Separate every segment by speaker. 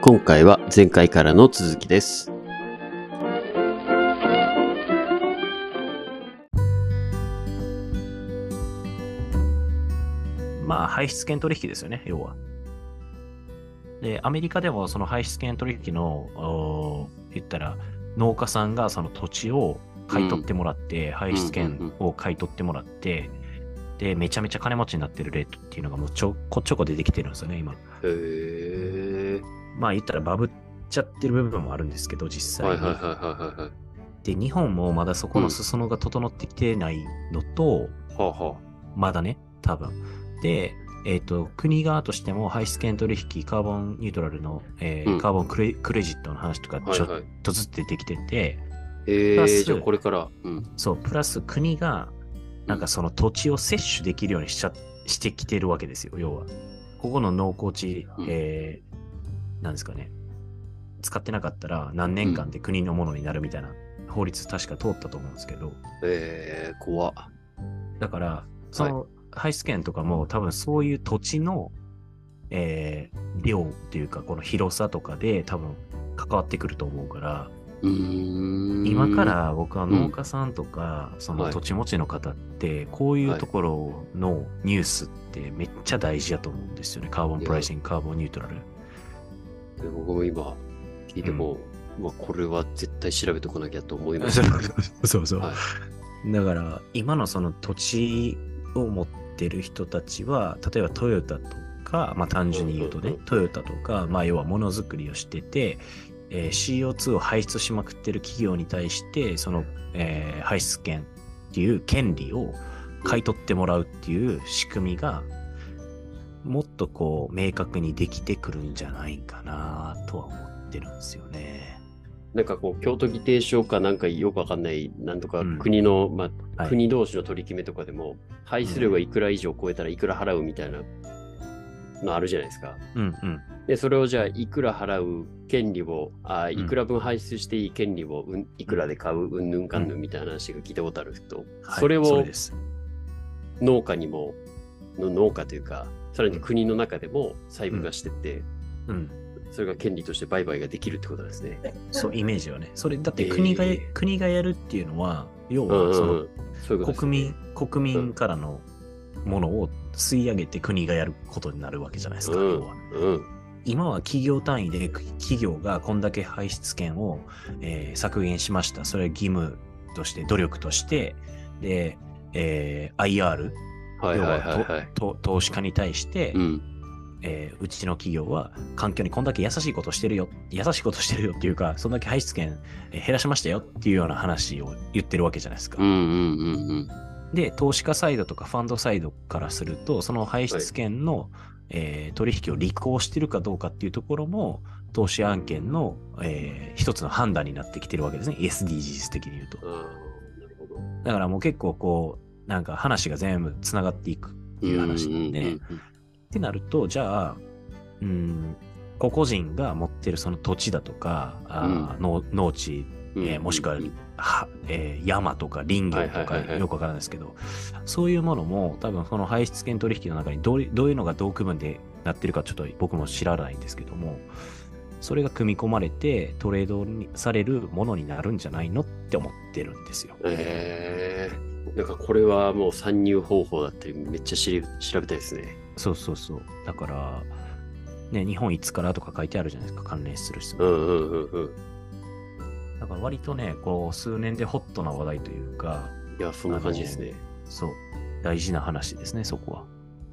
Speaker 1: 今回は前回からの続きです。
Speaker 2: まあ、排出権取引ですよね、要は。で、アメリカでもその排出権取引の、おー言ったら、農家さんがその土地を買い取ってもらって、排出権を買い取ってもらって、で、めちゃめちゃ金持ちになってるレートっていうのがもうちょこちょこ出てきてるんですよね、今。
Speaker 3: へえ。
Speaker 2: まあ、言ったらバブっちゃってる部分もあるんですけど、実際
Speaker 3: はい
Speaker 2: に。
Speaker 3: はいはいはいはい。
Speaker 2: で、日本もまだそこの裾野が整ってきてないのと、
Speaker 3: はあは
Speaker 2: まだね、多分。で、えっ、と、国側としても排出権取引、カーボンニュートラルの、えー
Speaker 3: うん
Speaker 2: カーボンクレクレジットの話とか
Speaker 3: あ。はい
Speaker 2: ちょっ
Speaker 3: はい。
Speaker 2: とずつ出てきてて、
Speaker 3: え
Speaker 2: プラ
Speaker 3: え、
Speaker 2: ス
Speaker 3: じゃあこれから。うん。
Speaker 2: そう、プラス国が、なんかその土地を摂取できるようにしちゃしてきてるわけですよ、要は。ここの農耕地、
Speaker 3: うん
Speaker 2: えー、なんですかね、使ってなかったら何年間で国のものになるみたいな法律確か通ったと思うんですけど、
Speaker 3: ええ、怖っ。
Speaker 2: だから、その排出権とかも、多分そういう土地の、えー量っていうか、この広さとかで、多分関わってくると思うから、
Speaker 3: うーん。
Speaker 2: 今か。ら僕は農家さんとか、その土地持ちの方って、こういうところのニュースってめっちゃ大事だと思うんですよね。カーボンプライシング、カーボンニュー トラル。
Speaker 3: で僕も今、聞いても、うわ、これは絶対調べとかなきゃと思いまし
Speaker 2: そ
Speaker 3: た。
Speaker 2: うそうそう、
Speaker 3: は
Speaker 2: だから今のその土地を持ってる人たちは例えばトヨタとか、まあ、単純に言うと
Speaker 3: うん
Speaker 2: ね
Speaker 3: うんう
Speaker 2: トヨタとか、まあ、要はものづくりをしてて、えー CO2 を排出しまくってる企業に対してその、えー排出権っていう権利を買い取ってもらうっていう仕組みがもっとこう明確にできてくるんじゃないかなとは思ってるんですよね。
Speaker 3: なんかこう、京都議定書かなんかよくわかんない、なんとか
Speaker 2: うん
Speaker 3: 国の、まあ、
Speaker 2: はい
Speaker 3: 国同士の取り決めとかでも、排出量がいくら以上超えたらいくら払うみたいなのあるじゃないですか。
Speaker 2: うんうん
Speaker 3: で、それをじゃあ、いくら払う権利を、あいくら分排出していい権利を、うん、いくらで買う、うんぬんかんぬんみたいな話が聞いたことあるけど、
Speaker 2: はい
Speaker 3: それ
Speaker 2: そ
Speaker 3: を
Speaker 2: れです
Speaker 3: 農家にも、の農家というか、さらに国の中でも細分化してって、
Speaker 2: うん
Speaker 3: それが権利として売買ができるってことなんですね。
Speaker 2: そう、イメージはね。それ、だって
Speaker 3: えー
Speaker 2: 国が、国がやるっていうのは、要
Speaker 3: うんう
Speaker 2: は、そ
Speaker 3: んう
Speaker 2: の
Speaker 3: ん、そういうことです
Speaker 2: 国民、国民からのものを吸い上げて国がやることになるわけじゃないですか、要は。
Speaker 3: うんうん
Speaker 2: 今は企業単位で、企業がこんだけ排出権を、えー削減しました。それは義務として、努力として、で、えー IR、
Speaker 3: はいはいはいはい。
Speaker 2: と投資家に対して、
Speaker 3: うん。
Speaker 2: えーうちの企業は環境にこんだけ優しいことしてるよ、優しいことしてるよっていうか、そんだけ排出権えー減らしましたよっていうような話を言ってるわけじゃないですか。
Speaker 3: うんうんうんうん。
Speaker 2: で、投資家サイドとかファンドサイドからすると、その排出権の、えー取引を履行してるかどうかっていうところも、投資案件の、えー一つの判断になってきてるわけですね。SDGs 的に言うと。
Speaker 3: あーなるほど。
Speaker 2: だからもう結構こう、なんか話が全部つながっていくっていう話なんで、
Speaker 3: うんうんうん
Speaker 2: ってなると、じゃあ、うん、個々人が持ってるその土地だとか、あー農農地、
Speaker 3: うんうん
Speaker 2: えーもしくは
Speaker 3: うん
Speaker 2: はえー山とか林業
Speaker 3: は
Speaker 2: と
Speaker 3: いは
Speaker 2: か
Speaker 3: いはいはい
Speaker 2: よくわからないですけど、そういうものも多分この排出権取引の中にどういどういうのがどう区分でなってるかちょっと僕も知らないんですけども、それが組み込まれてトレードにされるものになるんじゃないのって思ってるんですよ。
Speaker 3: えー、なんかこれはもう参入方法だってめっちゃ知り調べたいですね。
Speaker 2: そうそうそう。だから、ね、日本いつからとか書いてあるじゃないですか、関連する質問。
Speaker 3: うんうんうんうん。
Speaker 2: だから割とね、こう、数年でホットな話題というか、
Speaker 3: いや、そんな感じですね。
Speaker 2: そう、大事な話ですね、そこ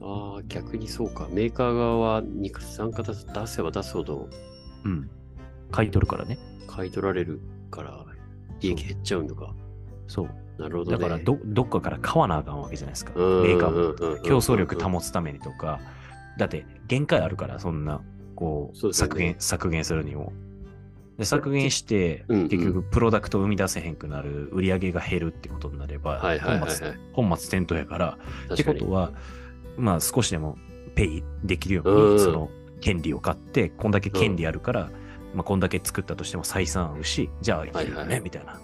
Speaker 2: は。
Speaker 3: ああ、逆にそうか。メーカー側は二酸化炭素出せば出すほど
Speaker 2: うん。買い取るからね。
Speaker 3: 買い取られるから利益減っちゃうのか。
Speaker 2: そう。
Speaker 3: なるほど、
Speaker 2: だ
Speaker 3: ね。
Speaker 2: からど、どっかから買わなあかんわけじゃないですか。メ
Speaker 3: うんうんうんうん
Speaker 2: ーカーも。競争力保つためにとか。だって、限界あるから、そんな、こう、
Speaker 3: そうですよね
Speaker 2: 削減、削減するにも。で削減して、
Speaker 3: うんうん
Speaker 2: 結局、プロダクトを生み出せへんくなる、売り上げが減るってことになれば、
Speaker 3: はいはいはいはい
Speaker 2: 本末本末転倒やから、っ
Speaker 3: 確
Speaker 2: て
Speaker 3: か
Speaker 2: こ
Speaker 3: に
Speaker 2: とは、まあ少しでもペイできるよ
Speaker 3: う
Speaker 2: うんに、その権利を買って、こんだけ権利あるから、まあこんだけ作ったとしても採算合うし、じゃあいけるよ
Speaker 3: はいはい
Speaker 2: ね、みたいな。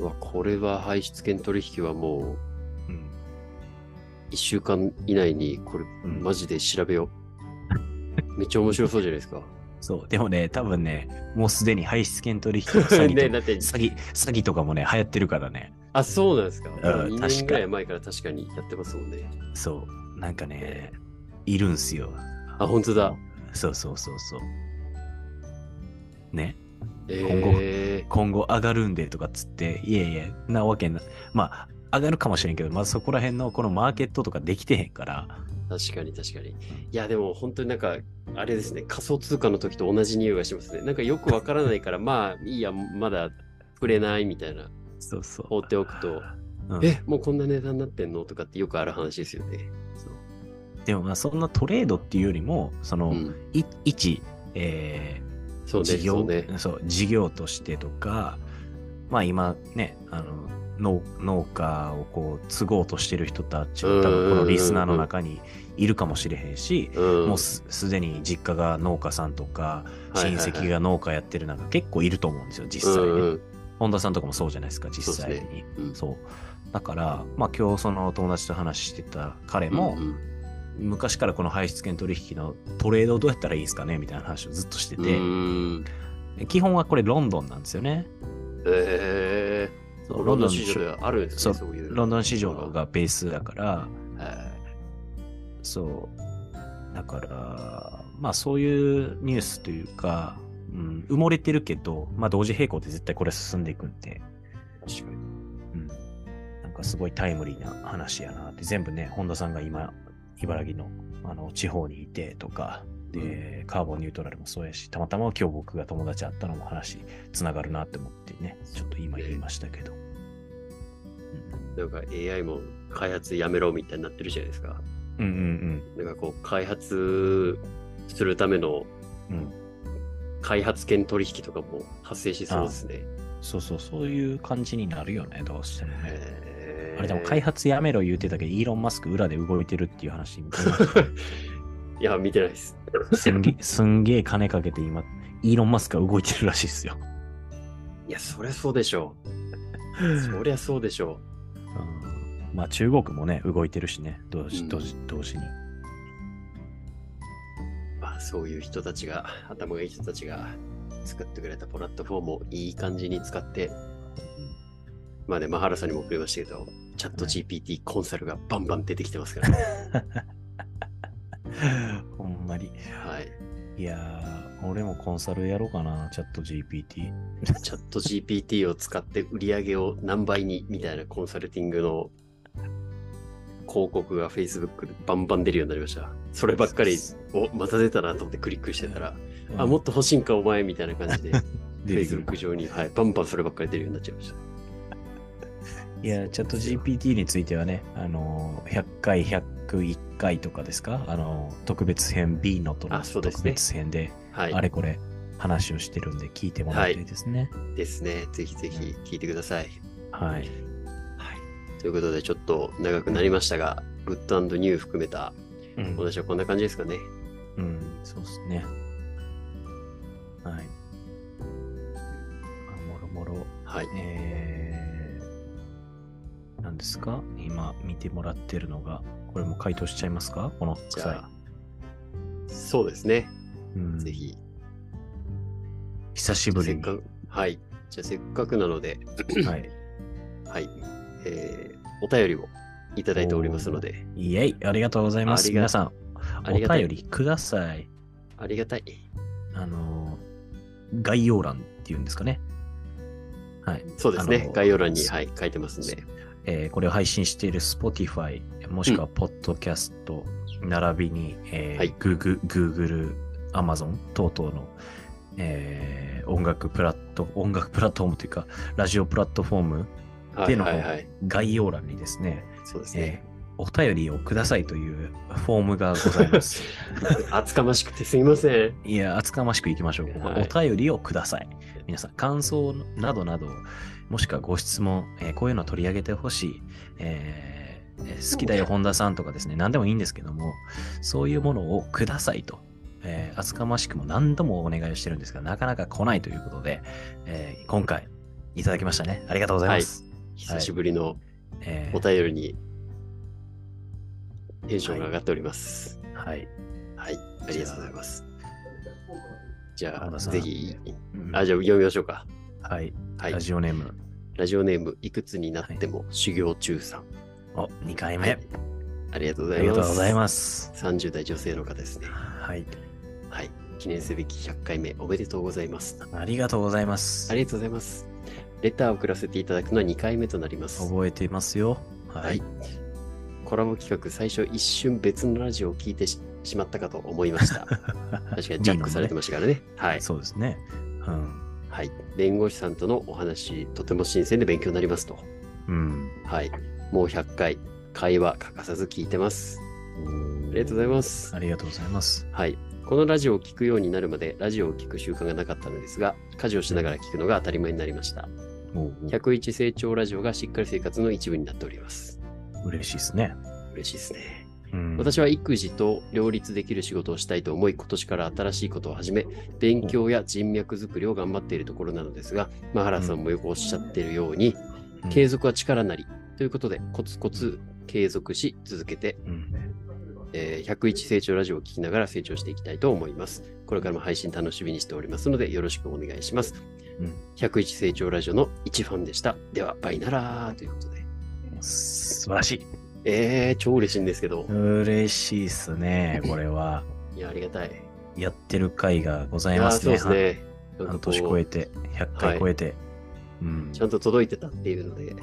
Speaker 3: うわ、これは排出権取引はもう
Speaker 2: うん
Speaker 3: 1週間以内にこれ
Speaker 2: うん
Speaker 3: マジで調べよう。めっちゃ面白そうじゃないですか。
Speaker 2: そう。でもね、多分ね、もうすでに排出権取引の詐欺
Speaker 3: ね、
Speaker 2: とか
Speaker 3: だって、
Speaker 2: 詐欺詐欺とかもね、流行ってるからね。
Speaker 3: あ、そうなんですか。
Speaker 2: ん
Speaker 3: 2年
Speaker 2: 確
Speaker 3: ぐ
Speaker 2: から
Speaker 3: い
Speaker 2: に
Speaker 3: 前から確かにやってますもんね。
Speaker 2: そう。なんかね、いるんすよ。
Speaker 3: あ、本当だ。
Speaker 2: そうそうそうそう。ね。
Speaker 3: え
Speaker 2: 今後上がるんでとかっつって、いやいや、なわけな、まあ、上がるかもしれんけど、まずそこら辺のこのマーケットとかできてへんから、
Speaker 3: ー、確かに確かに。いや、でも本当になんか、あれですね、仮想通貨の時と同じ匂いがしますね。なんかよくわからない から、まあいいや、まだ触れないみたいな、
Speaker 2: そうそう。
Speaker 3: 放っておくと、
Speaker 2: うん
Speaker 3: え、もうこんな値段になってんのとかってよくある話ですよね。
Speaker 2: でもまあ、そんなトレードっていうよりも、その、
Speaker 3: うん。
Speaker 2: い一、えー
Speaker 3: そうね、
Speaker 2: 事
Speaker 3: そ
Speaker 2: 業
Speaker 3: うね。
Speaker 2: そう事業としてとか、まあ今ね、あの、農農家をこう継ごうとしてる人たち
Speaker 3: うんう
Speaker 2: が
Speaker 3: ん
Speaker 2: 多
Speaker 3: うんうん
Speaker 2: 分このリスナーの中にいるかもしれへんし、
Speaker 3: うん。
Speaker 2: もうすすでに実家が農家さんとか
Speaker 3: はいはい
Speaker 2: 親
Speaker 3: はい
Speaker 2: 戚が農家やってるなんか結構いると思うんですよ実際ね、
Speaker 3: うんうん
Speaker 2: 本田さんとかもそうじゃないですか実際に
Speaker 3: そ
Speaker 2: そうう,、
Speaker 3: うん
Speaker 2: だからまあ今日その友達と話してた彼も、
Speaker 3: うん
Speaker 2: 昔からこの排出権取引のトレードをどうやったらいいですかねみたいな話をずっとして
Speaker 3: う
Speaker 2: て、
Speaker 3: ん。
Speaker 2: 基本はこれロンドンなんですよね。
Speaker 3: え
Speaker 2: そ
Speaker 3: ー、
Speaker 2: う
Speaker 3: ロ
Speaker 2: ロ
Speaker 3: ン
Speaker 2: ン
Speaker 3: ドン
Speaker 2: ドン
Speaker 3: 市
Speaker 2: 市
Speaker 3: 場で
Speaker 2: 場
Speaker 3: はあるんですね、そ
Speaker 2: そう
Speaker 3: いう。
Speaker 2: ロンドン市場がベースだから、
Speaker 3: は
Speaker 2: そう。だから、まあそういうニュースというか、うん、埋もれてるけど、まあ同時並行で絶対これ進んでいくんで、
Speaker 3: い。確かに。
Speaker 2: うん。なんかすごいタイムリーな話やなって、全部ね、本田さんが今、茨城のあの地方にいてとか、で、カーボンニュートラルもそうやし、たまたま今日僕が友達会ったのも話、つながるなって思ってね、ちょっと今言いましたけど。
Speaker 3: なんか AI も開発やめろみたいになってるじゃないですか。
Speaker 2: うんうん
Speaker 3: なんかこう、開発するための
Speaker 2: うんうん。うん
Speaker 3: 開発権取引とかも発生しそうですね。
Speaker 2: そうそう、そういう感じになるよね、どうしてもね。
Speaker 3: へー
Speaker 2: あれでも開発やめろ言うてたけど、イーロン・マスク裏で動いてるっていう話 見て
Speaker 3: いや、見てないです。
Speaker 2: すんげすんげえ金かけて今、イーロン・マスクが動いてるらしい ですよ。
Speaker 3: いや、そりゃそうでしょう。そりゃそうでしょ
Speaker 2: うんまあ中国もね、動いてるしね、同
Speaker 3: う
Speaker 2: 時
Speaker 3: ん
Speaker 2: 同時同時に。
Speaker 3: う。まあ、そういう人たちが、頭がいい人たちが作ってくれたプラットフォームをいい感じに使って、まあね、マハラさんにも送りましたけど、チャット GPT コンサルがバンバン出てきてますから、ね。
Speaker 2: ほんまに。
Speaker 3: はい。
Speaker 2: いやー、俺もコンサルやろうかな、チャット GPT。
Speaker 3: チャット GPT を使って売り上げを何倍にみたいなコンサルティングの広告が Facebook でバンバン出るようになりました。そればっかり、お、また出たなと思ってクリックしてたら、あ、もっと欲しいんかお前みたいな感じで、
Speaker 2: 出てくる
Speaker 3: Facebook 上に、はい、バンバンそればっかり出るようになっちゃいました。
Speaker 2: いや、チャット GPT についてはね、あのー、100回、101回とかですか、あのー、特別編 B のとの
Speaker 3: あそうですね
Speaker 2: 特別編で、
Speaker 3: はい。
Speaker 2: あれこれ話をしてるんで、聞いてもらいたいですね。
Speaker 3: ですね。ぜひぜひ聞いてください。
Speaker 2: はい。
Speaker 3: ということで、ちょっと長くなりましたが、グッドニュー含めた、
Speaker 2: うん、
Speaker 3: 私はこんな感じですかね。
Speaker 2: うんそうですね。はい。まあもろもろ、
Speaker 3: はい。
Speaker 2: えー、なんですか今見てもらってるのが、これも回答しちゃいますかこの
Speaker 3: じゃ
Speaker 2: 草
Speaker 3: あ、そうですね。
Speaker 2: うん
Speaker 3: ぜひ。
Speaker 2: 久しぶ
Speaker 3: せ
Speaker 2: り
Speaker 3: っ
Speaker 2: に。
Speaker 3: かく、はい。じゃあ、せっかくなので、
Speaker 2: はい。
Speaker 3: はい。えーお便りをいただいておりますので、
Speaker 2: イェイありがとうございま
Speaker 3: あ
Speaker 2: す。
Speaker 3: りが
Speaker 2: 皆さん、
Speaker 3: あ
Speaker 2: お
Speaker 3: りがたい
Speaker 2: 便りください。
Speaker 3: ありがたい。
Speaker 2: あのー、概要欄っていうんですかね。はい。
Speaker 3: そうです
Speaker 2: あ
Speaker 3: ね
Speaker 2: の。
Speaker 3: 概要欄に、はい、書いてますんで。
Speaker 2: えーこれを配信している Spotify、もしくは Podcast、並びに、えー
Speaker 3: はい
Speaker 2: Google、Google、Amazon 等々の、えー音楽プラット、音楽プラットフォームというか、ラジオプラットフォーム
Speaker 3: はい、
Speaker 2: での
Speaker 3: はい、はい。
Speaker 2: 概要欄にですね、
Speaker 3: そうです
Speaker 2: え
Speaker 3: ね。
Speaker 2: ーお便りをくださいというフォームがございます。
Speaker 3: 厚かましくてすみません。
Speaker 2: いや、厚かましくいきましょう。ここ
Speaker 3: はい
Speaker 2: お便りをください。皆さん、感想などなど、もしくはご質問、えーこういうの取り上げてほしい、えーえー好きだよ、本田さんとかですね、何でもいいんですけども、そういうものをくださいと。えー厚かましくも何度もお願いをしてるんですが、なかなか来ないということで、えー今回、いただきましたね。ありがとうございます。
Speaker 3: 久しぶりの
Speaker 2: えー
Speaker 3: お便りに、テンションが上がっております。
Speaker 2: はい。
Speaker 3: はい、ありがとうございます。じゃ
Speaker 2: 浜
Speaker 3: あ、
Speaker 2: 田さん
Speaker 3: ぜひ。
Speaker 2: うん
Speaker 3: あ、じゃあ読みましょうか。
Speaker 2: はい、
Speaker 3: はい
Speaker 2: ラ。ジオネーム。
Speaker 3: ラジオネーム、いくつになっても修行中さん。
Speaker 2: お、2回
Speaker 3: は
Speaker 2: 目。
Speaker 3: いありがとうご
Speaker 2: あ
Speaker 3: ざいます。
Speaker 2: りがとうございます。
Speaker 3: 30代女性の方ですね。
Speaker 2: はい。
Speaker 3: はい。記念すべき100回目おめでとうございます。
Speaker 2: ありがとうございます。
Speaker 3: ありがとうございます。レターを送らせていただくのは2回目となります。
Speaker 2: 覚えていますよ。は
Speaker 3: はいい。。コラボ企画、最初一瞬別のラジオを聞いてししまったかと思いま した。確かにジャックされてましたからね。はい。
Speaker 2: そうですね。うん。
Speaker 3: はい。弁護士さんとのお話、とても新鮮で勉強になりますと。
Speaker 2: うん。
Speaker 3: はい。もう100回、会話欠かさず聞いてます。ありがとうございます。
Speaker 2: ありがとうございます。
Speaker 3: はい。このラジオを聞くようになるまで、ラジオを聞く習慣がなかったのですが、家事をしながら聞くのが当たり前になりました。
Speaker 2: おう
Speaker 3: 101成長ラジオがしっかり生活の一部になっております。
Speaker 2: 嬉しいですね。
Speaker 3: 嬉しいですね。
Speaker 2: うん。
Speaker 3: 私は育児と両立できる仕事をしたいと思い、今年から新しいことを始め、勉強や人脈づくりを頑張っているところなのですが、マハラさんもよくおっしゃっているように、
Speaker 2: うん
Speaker 3: 継続は力なり。ということで、コツコツ継続し続けて、
Speaker 2: うん
Speaker 3: えー101成長ラジオを聞きながら成長していきたいと思います。これからも配信楽しみにしておりますので、よろしくお願いします。
Speaker 2: うん
Speaker 3: 101成長ラジオの一ファンでした。では、バイならーということで。
Speaker 2: 素晴らし
Speaker 3: えー、超嬉しいんですけど
Speaker 2: い。。嬉しいっすね。これは。
Speaker 3: いや、ありがたい。
Speaker 2: やってる回がござ
Speaker 3: い
Speaker 2: い
Speaker 3: やー、
Speaker 2: ます
Speaker 3: そう
Speaker 2: ね。
Speaker 3: ですね。なんかこう
Speaker 2: 半年超えて、100
Speaker 3: は
Speaker 2: 回
Speaker 3: い
Speaker 2: 超えて。うん。
Speaker 3: ちゃんと届いてたっていうので、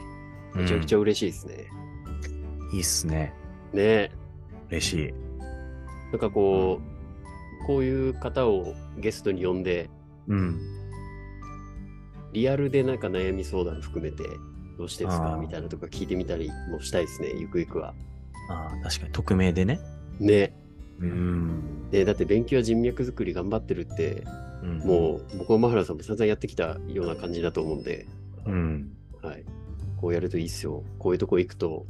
Speaker 3: めちゃくちゃ嬉しいですね。
Speaker 2: うんいいっすね。
Speaker 3: ねえ
Speaker 2: 嬉しい。
Speaker 3: なんかこう、こういう方をゲストに呼んで、
Speaker 2: うん。
Speaker 3: リアルでなんか悩み相談含めて、どうしてです
Speaker 2: あ
Speaker 3: か
Speaker 2: ー
Speaker 3: みたいなとか聞いてみたりもしたいですね、ゆくゆくは。
Speaker 2: ああ、確かに匿名でね。
Speaker 3: ね。
Speaker 2: うん。
Speaker 3: ねだって勉強や人脈作り頑張ってるって、
Speaker 2: うん
Speaker 3: もう僕もマハラさんも散々やってきたような感じだと思うんで、
Speaker 2: うん。
Speaker 3: はい。こうやるといいっすよ。こういうとこ行くと、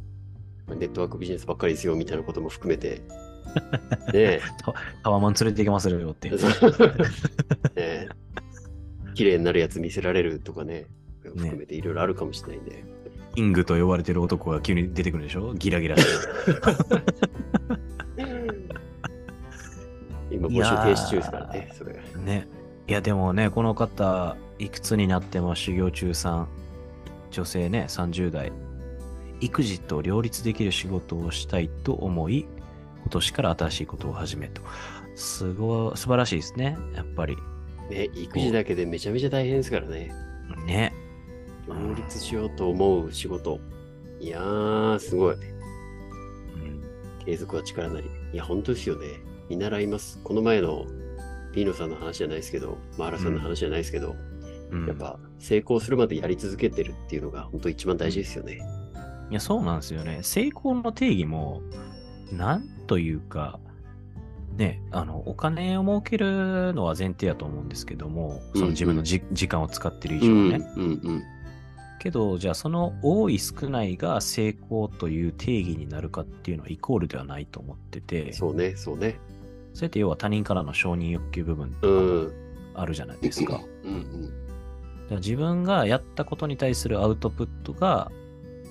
Speaker 3: ネットワークビジネスばっかりですよ、みたいなことも含めて。ねえ。
Speaker 2: タワマン連れて行きますよって。
Speaker 3: ねえ綺麗になるやつ見せられるとかね、含めていろいろあるかもしれないんで。
Speaker 2: キングと呼ばれてる男が急に出てくるでしょギラギラして。
Speaker 3: 今、募集停止中ですからね、それ。
Speaker 2: ね。いや、でもね、この方、いくつになっても修行中さん、女性ね、30代。育児と両立できる仕事をしたいと思い、今年から新しいことを始めと。すごい、素晴らしいですね。やっぱり。
Speaker 3: ね、育児だけでめちゃめちゃ大変ですからね。
Speaker 2: ね。
Speaker 3: 両立しようと思う仕事。いやー、すごい。
Speaker 2: うん
Speaker 3: 継続は力なり。いや、本当ですよね。見習います。この前のピーノさんの話じゃないですけど、マーラさんの話じゃないですけど、
Speaker 2: うん
Speaker 3: やっぱ成功するまでやり続けてるっていうのが本当一番大事ですよね。
Speaker 2: いや、そうなんですよね。成功の定義も、なんというか、ね、あの、お金を儲けるのは前提やと思うんですけども、その自分のじ、時間を使ってる以上ね。
Speaker 3: うんうん
Speaker 2: けど、じゃあその多い少ないが成功という定義になるかっていうのはイコールではないと思って
Speaker 3: うん。
Speaker 2: て、そ
Speaker 3: そうね、そうね。
Speaker 2: れって要は他人からの承認欲求部分
Speaker 3: う
Speaker 2: と
Speaker 3: ん。
Speaker 2: かあるじゃないですか。
Speaker 3: うんうん。
Speaker 2: だから自分がやったことに対するアウトプットが、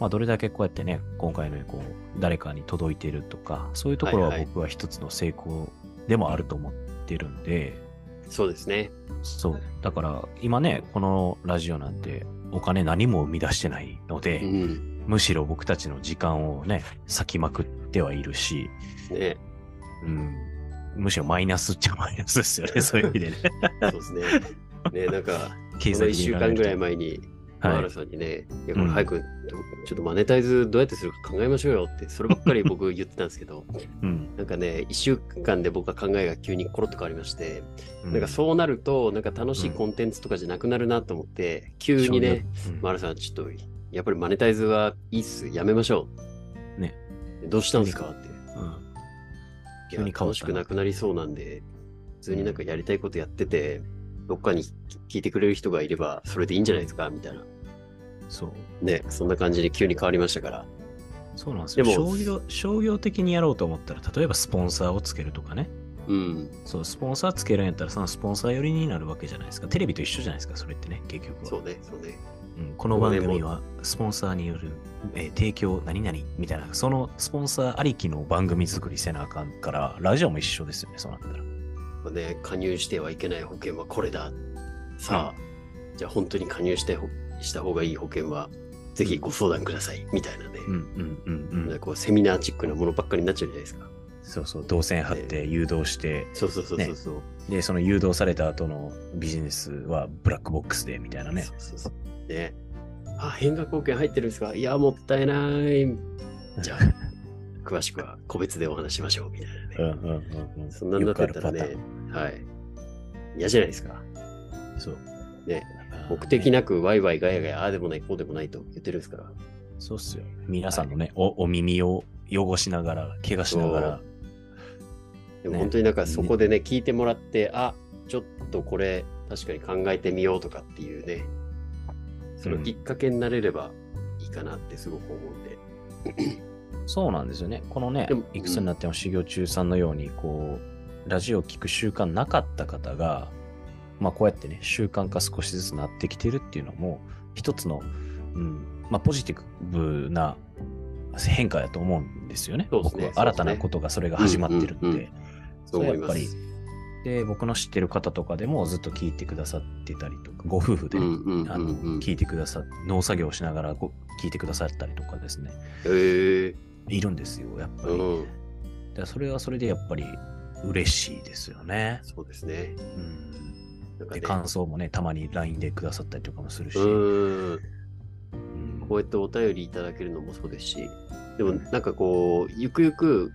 Speaker 2: まあ、どれだけこうやってね、今回のようにこう誰かに届いてるとか、そういうところ
Speaker 3: は
Speaker 2: はい
Speaker 3: はい
Speaker 2: 僕は一つの成功でもあると思ってるんで、
Speaker 3: そうですね。
Speaker 2: そう。だから今ね、このラジオなんてお金何も生み出してないの
Speaker 3: う
Speaker 2: で、
Speaker 3: ん。
Speaker 2: むしろ僕たちの時間をね、割きまくってはいるし、
Speaker 3: ね。
Speaker 2: うん、むしろマイナスっちゃマイナスですよ ね、そういう意味でね。
Speaker 3: そうですね。ね、なんか、
Speaker 2: 経
Speaker 3: この1
Speaker 2: 済的に
Speaker 3: 週
Speaker 2: 考え
Speaker 3: 間
Speaker 2: る
Speaker 3: ぐ
Speaker 2: と
Speaker 3: らい前に、マ
Speaker 2: は
Speaker 3: ー
Speaker 2: い
Speaker 3: ラ。さんにね、いや、これ
Speaker 2: うん
Speaker 3: 早く、ちょっとマネタイズどうやってするか考えましょうよって、そればっかり僕言ってたんですけ ど、
Speaker 2: うん。
Speaker 3: なんかね、1週間で僕は考えが急にコロッと変わりまして、
Speaker 2: うん
Speaker 3: なんかそうなると、なんか楽しいコンテンツとかじゃなくなるなと思って、急にね、、
Speaker 2: うん
Speaker 3: マルさん、ちょっと、やっぱりマネタイズはいいっす、やめましょう。
Speaker 2: ね。
Speaker 3: どうしたんですかって。
Speaker 2: うん
Speaker 3: い
Speaker 2: 急
Speaker 3: や
Speaker 2: に変わ
Speaker 3: 楽
Speaker 2: っ
Speaker 3: した
Speaker 2: な
Speaker 3: くなくなりそうなんで、普通になんかやりたいことやってて、どっかに聞いてくれる人がいれば、それでいいんじゃないですかみたいな。
Speaker 2: そう。
Speaker 3: ね、そんな感じで急に変わりましたから。
Speaker 2: そうなんですよ
Speaker 3: でも
Speaker 2: 商業。商業的にやろうと思ったら、例えばスポンサーをつけるとかね。
Speaker 3: うん、
Speaker 2: そう、スポンサーつけるんやったら、そのスポンサー寄りになるわけじゃないですか。テレビと一緒じゃないですか、それってね、結局は。
Speaker 3: そうね、そうね。
Speaker 2: うん、この番組は、スポンサーによる、えー提供何々みたいな、そのスポンサーありきの番組作りせなあかんから、ラジオも一緒ですよね、そうなったら。
Speaker 3: まあね、加入してはいけない保険はこれだ。さあ、じゃあ本当に加入してほした方がいい保険は、ぜひご相談ください。みたいなね。
Speaker 2: うんうんう
Speaker 3: なん
Speaker 2: んう
Speaker 3: か
Speaker 2: ん。
Speaker 3: こうセミナーチックなものばっかりになっちゃうじゃないですか。
Speaker 2: そうそう、動線張って誘導して、
Speaker 3: そうそうそうそうそう。
Speaker 2: で、その誘導された後のビジネスはブラックボックスでみたいなね
Speaker 3: そ。うそうそう。ね。あ、変額保険入ってるんですかいや、もったいない。 じゃあ、詳しくは個別でお話しましょうみたいなね。
Speaker 2: うんうんうんうん。
Speaker 3: そんなんなってたら
Speaker 2: よくあ
Speaker 3: ね
Speaker 2: る、
Speaker 3: はい。嫌じゃないですか。
Speaker 2: パターン。そう。
Speaker 3: ね
Speaker 2: あーね
Speaker 3: 目的なくワイワイガヤガヤ、ああでもない、こうでもないと言ってるんですから。
Speaker 2: そうっすよ。皆さんのね、おお耳を汚しながら、怪我しながら、
Speaker 3: でも
Speaker 2: ね
Speaker 3: 本当になんかそこでね、聞いてもらって、あ、ちょっとこれ確かに考えてみようとかっていうね、そのきっかけになれればいいかなってすごく思うんで。
Speaker 2: そうなんですよね。このね
Speaker 3: でも、
Speaker 2: いくつになっても修行中さんのように、こう、ラジオを聞く習慣なかった方が、まあこうやってね、習慣化少しずつなってきてるっていうのも、一つの、うん、まあポジティブな変化だと思うんですよね。
Speaker 3: そうっすね
Speaker 2: 僕は新た
Speaker 3: そうっ
Speaker 2: な
Speaker 3: すね
Speaker 2: ことが、それが始まってる
Speaker 3: うん
Speaker 2: ん
Speaker 3: うんう
Speaker 2: で。
Speaker 3: そう思います。
Speaker 2: やっで、僕の知ってる方とかでもずっと聞いてくださってたりとか、ご夫婦で
Speaker 3: う
Speaker 2: ね、
Speaker 3: んうん
Speaker 2: あ
Speaker 3: う
Speaker 2: の
Speaker 3: んうん。
Speaker 2: 聞いてくださって、農作業をしながらご聞いてくださったりとかですね、
Speaker 3: へえ
Speaker 2: いるんですよ、やっぱり。
Speaker 3: うん。
Speaker 2: だからそれはそれでやっぱり嬉しいですよね。
Speaker 3: そうですね。
Speaker 2: うん、
Speaker 3: なんか
Speaker 2: で
Speaker 3: ね、
Speaker 2: 感想もねたまに LINE でくださったりとかもするし、
Speaker 3: うん。
Speaker 2: うん
Speaker 3: こうやってお便りいただけるのもそうですし、でもなんかこう、ゆくゆく、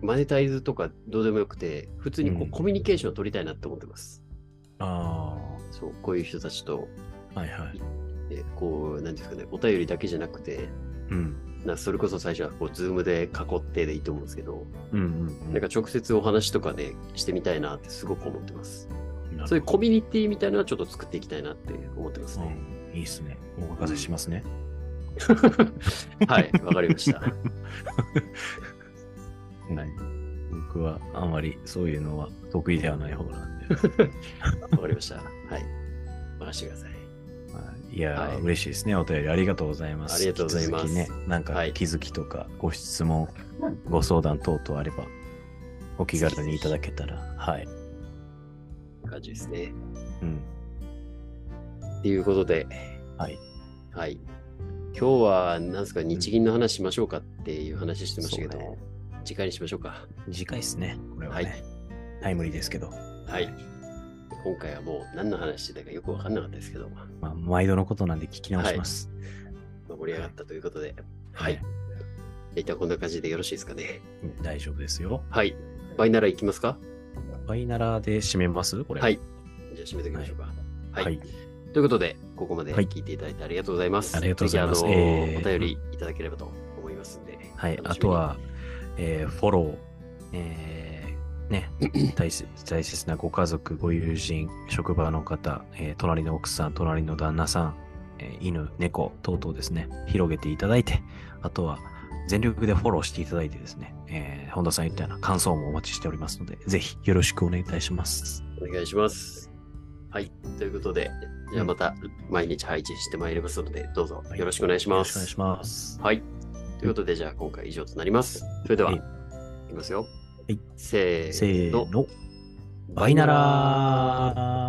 Speaker 3: マネタイズとかどうでもよくて、普通にこ
Speaker 2: う
Speaker 3: うんコミュニケーションを取りたいなって思ってます。
Speaker 2: あ
Speaker 3: そう、こういう人たちと、
Speaker 2: あはいはい。
Speaker 3: えこう、なんていうんですかね、お便りだけじゃなくて、
Speaker 2: うん
Speaker 3: なそれこそ最初はこう、ズームで囲ってでいいと思うんですけど、
Speaker 2: うんうん
Speaker 3: なんか直接お話とかね、してみたいなってすごく思ってます。
Speaker 2: なる
Speaker 3: そういうコミュニティみたいなのはちょっと作っていきたいなって思ってます
Speaker 2: ほど
Speaker 3: ね。
Speaker 2: うんいいですね。お任せしますね。
Speaker 3: はい、わかりました。
Speaker 2: はい。僕はあんまりそういうのは得意ではない方なんで。
Speaker 3: わかりました。はい。任してください。
Speaker 2: はいいやー、
Speaker 3: はい
Speaker 2: 嬉しいですね。お便りありがとうございます。
Speaker 3: ありがとうございます
Speaker 2: 引き続きね、なん
Speaker 3: は
Speaker 2: か
Speaker 3: い
Speaker 2: 気づきとか、ご質問、ご相談等々あれば、お気軽にいただけたら、はい。
Speaker 3: 感じですね。
Speaker 2: うん。
Speaker 3: っていうことで、
Speaker 2: はい。
Speaker 3: はい。今日は、なんですか、日銀の話しましょうかっていう話してましたけど、
Speaker 2: そうね
Speaker 3: 次回にしましょうか。
Speaker 2: 短いですね。これは
Speaker 3: はい。
Speaker 2: ね。タイムリーですけど。
Speaker 3: はい。今回はもう何の話してたかよくわかんなかったですけど、ま
Speaker 2: まあ、毎度のことなんで聞き直します。
Speaker 3: あ盛り上がったということで、はい。一旦こんな感じでよろしいですかね。
Speaker 2: うん大丈夫ですよ。
Speaker 3: はい。バイナラ行きますか
Speaker 2: バイナラで締めますこれ。
Speaker 3: はい。。じゃあ締めておきましょうか。は。
Speaker 2: はいい。
Speaker 3: ということで、ここまで
Speaker 2: はい
Speaker 3: 聞いていただいてありがとうございます。
Speaker 2: ありがとうございます
Speaker 3: ぜひあの、
Speaker 2: えー
Speaker 3: お便りいただければと思いますんで。
Speaker 2: はい
Speaker 3: 楽しみに
Speaker 2: あとは、えーフォロー、えー ね、大切大切なご家族、ご友人、職場の方、えー隣の奥さん、隣の旦那さん、えー犬、猫等々ですね、広げていただいて、あとは全力でフォローしていただいてですね、えー本田さん言ったような感想もお待ちしておりますので、ぜひよろしくお願いいたします。
Speaker 3: お願いします。はい。ということで、じゃあまた毎日配置してまいりますので、どうぞよろしくお願いし
Speaker 2: よ
Speaker 3: ま
Speaker 2: ろしくお願い
Speaker 3: す。
Speaker 2: します。
Speaker 3: はい。ということで、じゃあ今回以上となります。それでは、
Speaker 2: はい
Speaker 3: いきますよ。
Speaker 2: い
Speaker 3: せ
Speaker 2: せ
Speaker 3: ーの
Speaker 2: ー。の、
Speaker 3: バ
Speaker 2: バイナラー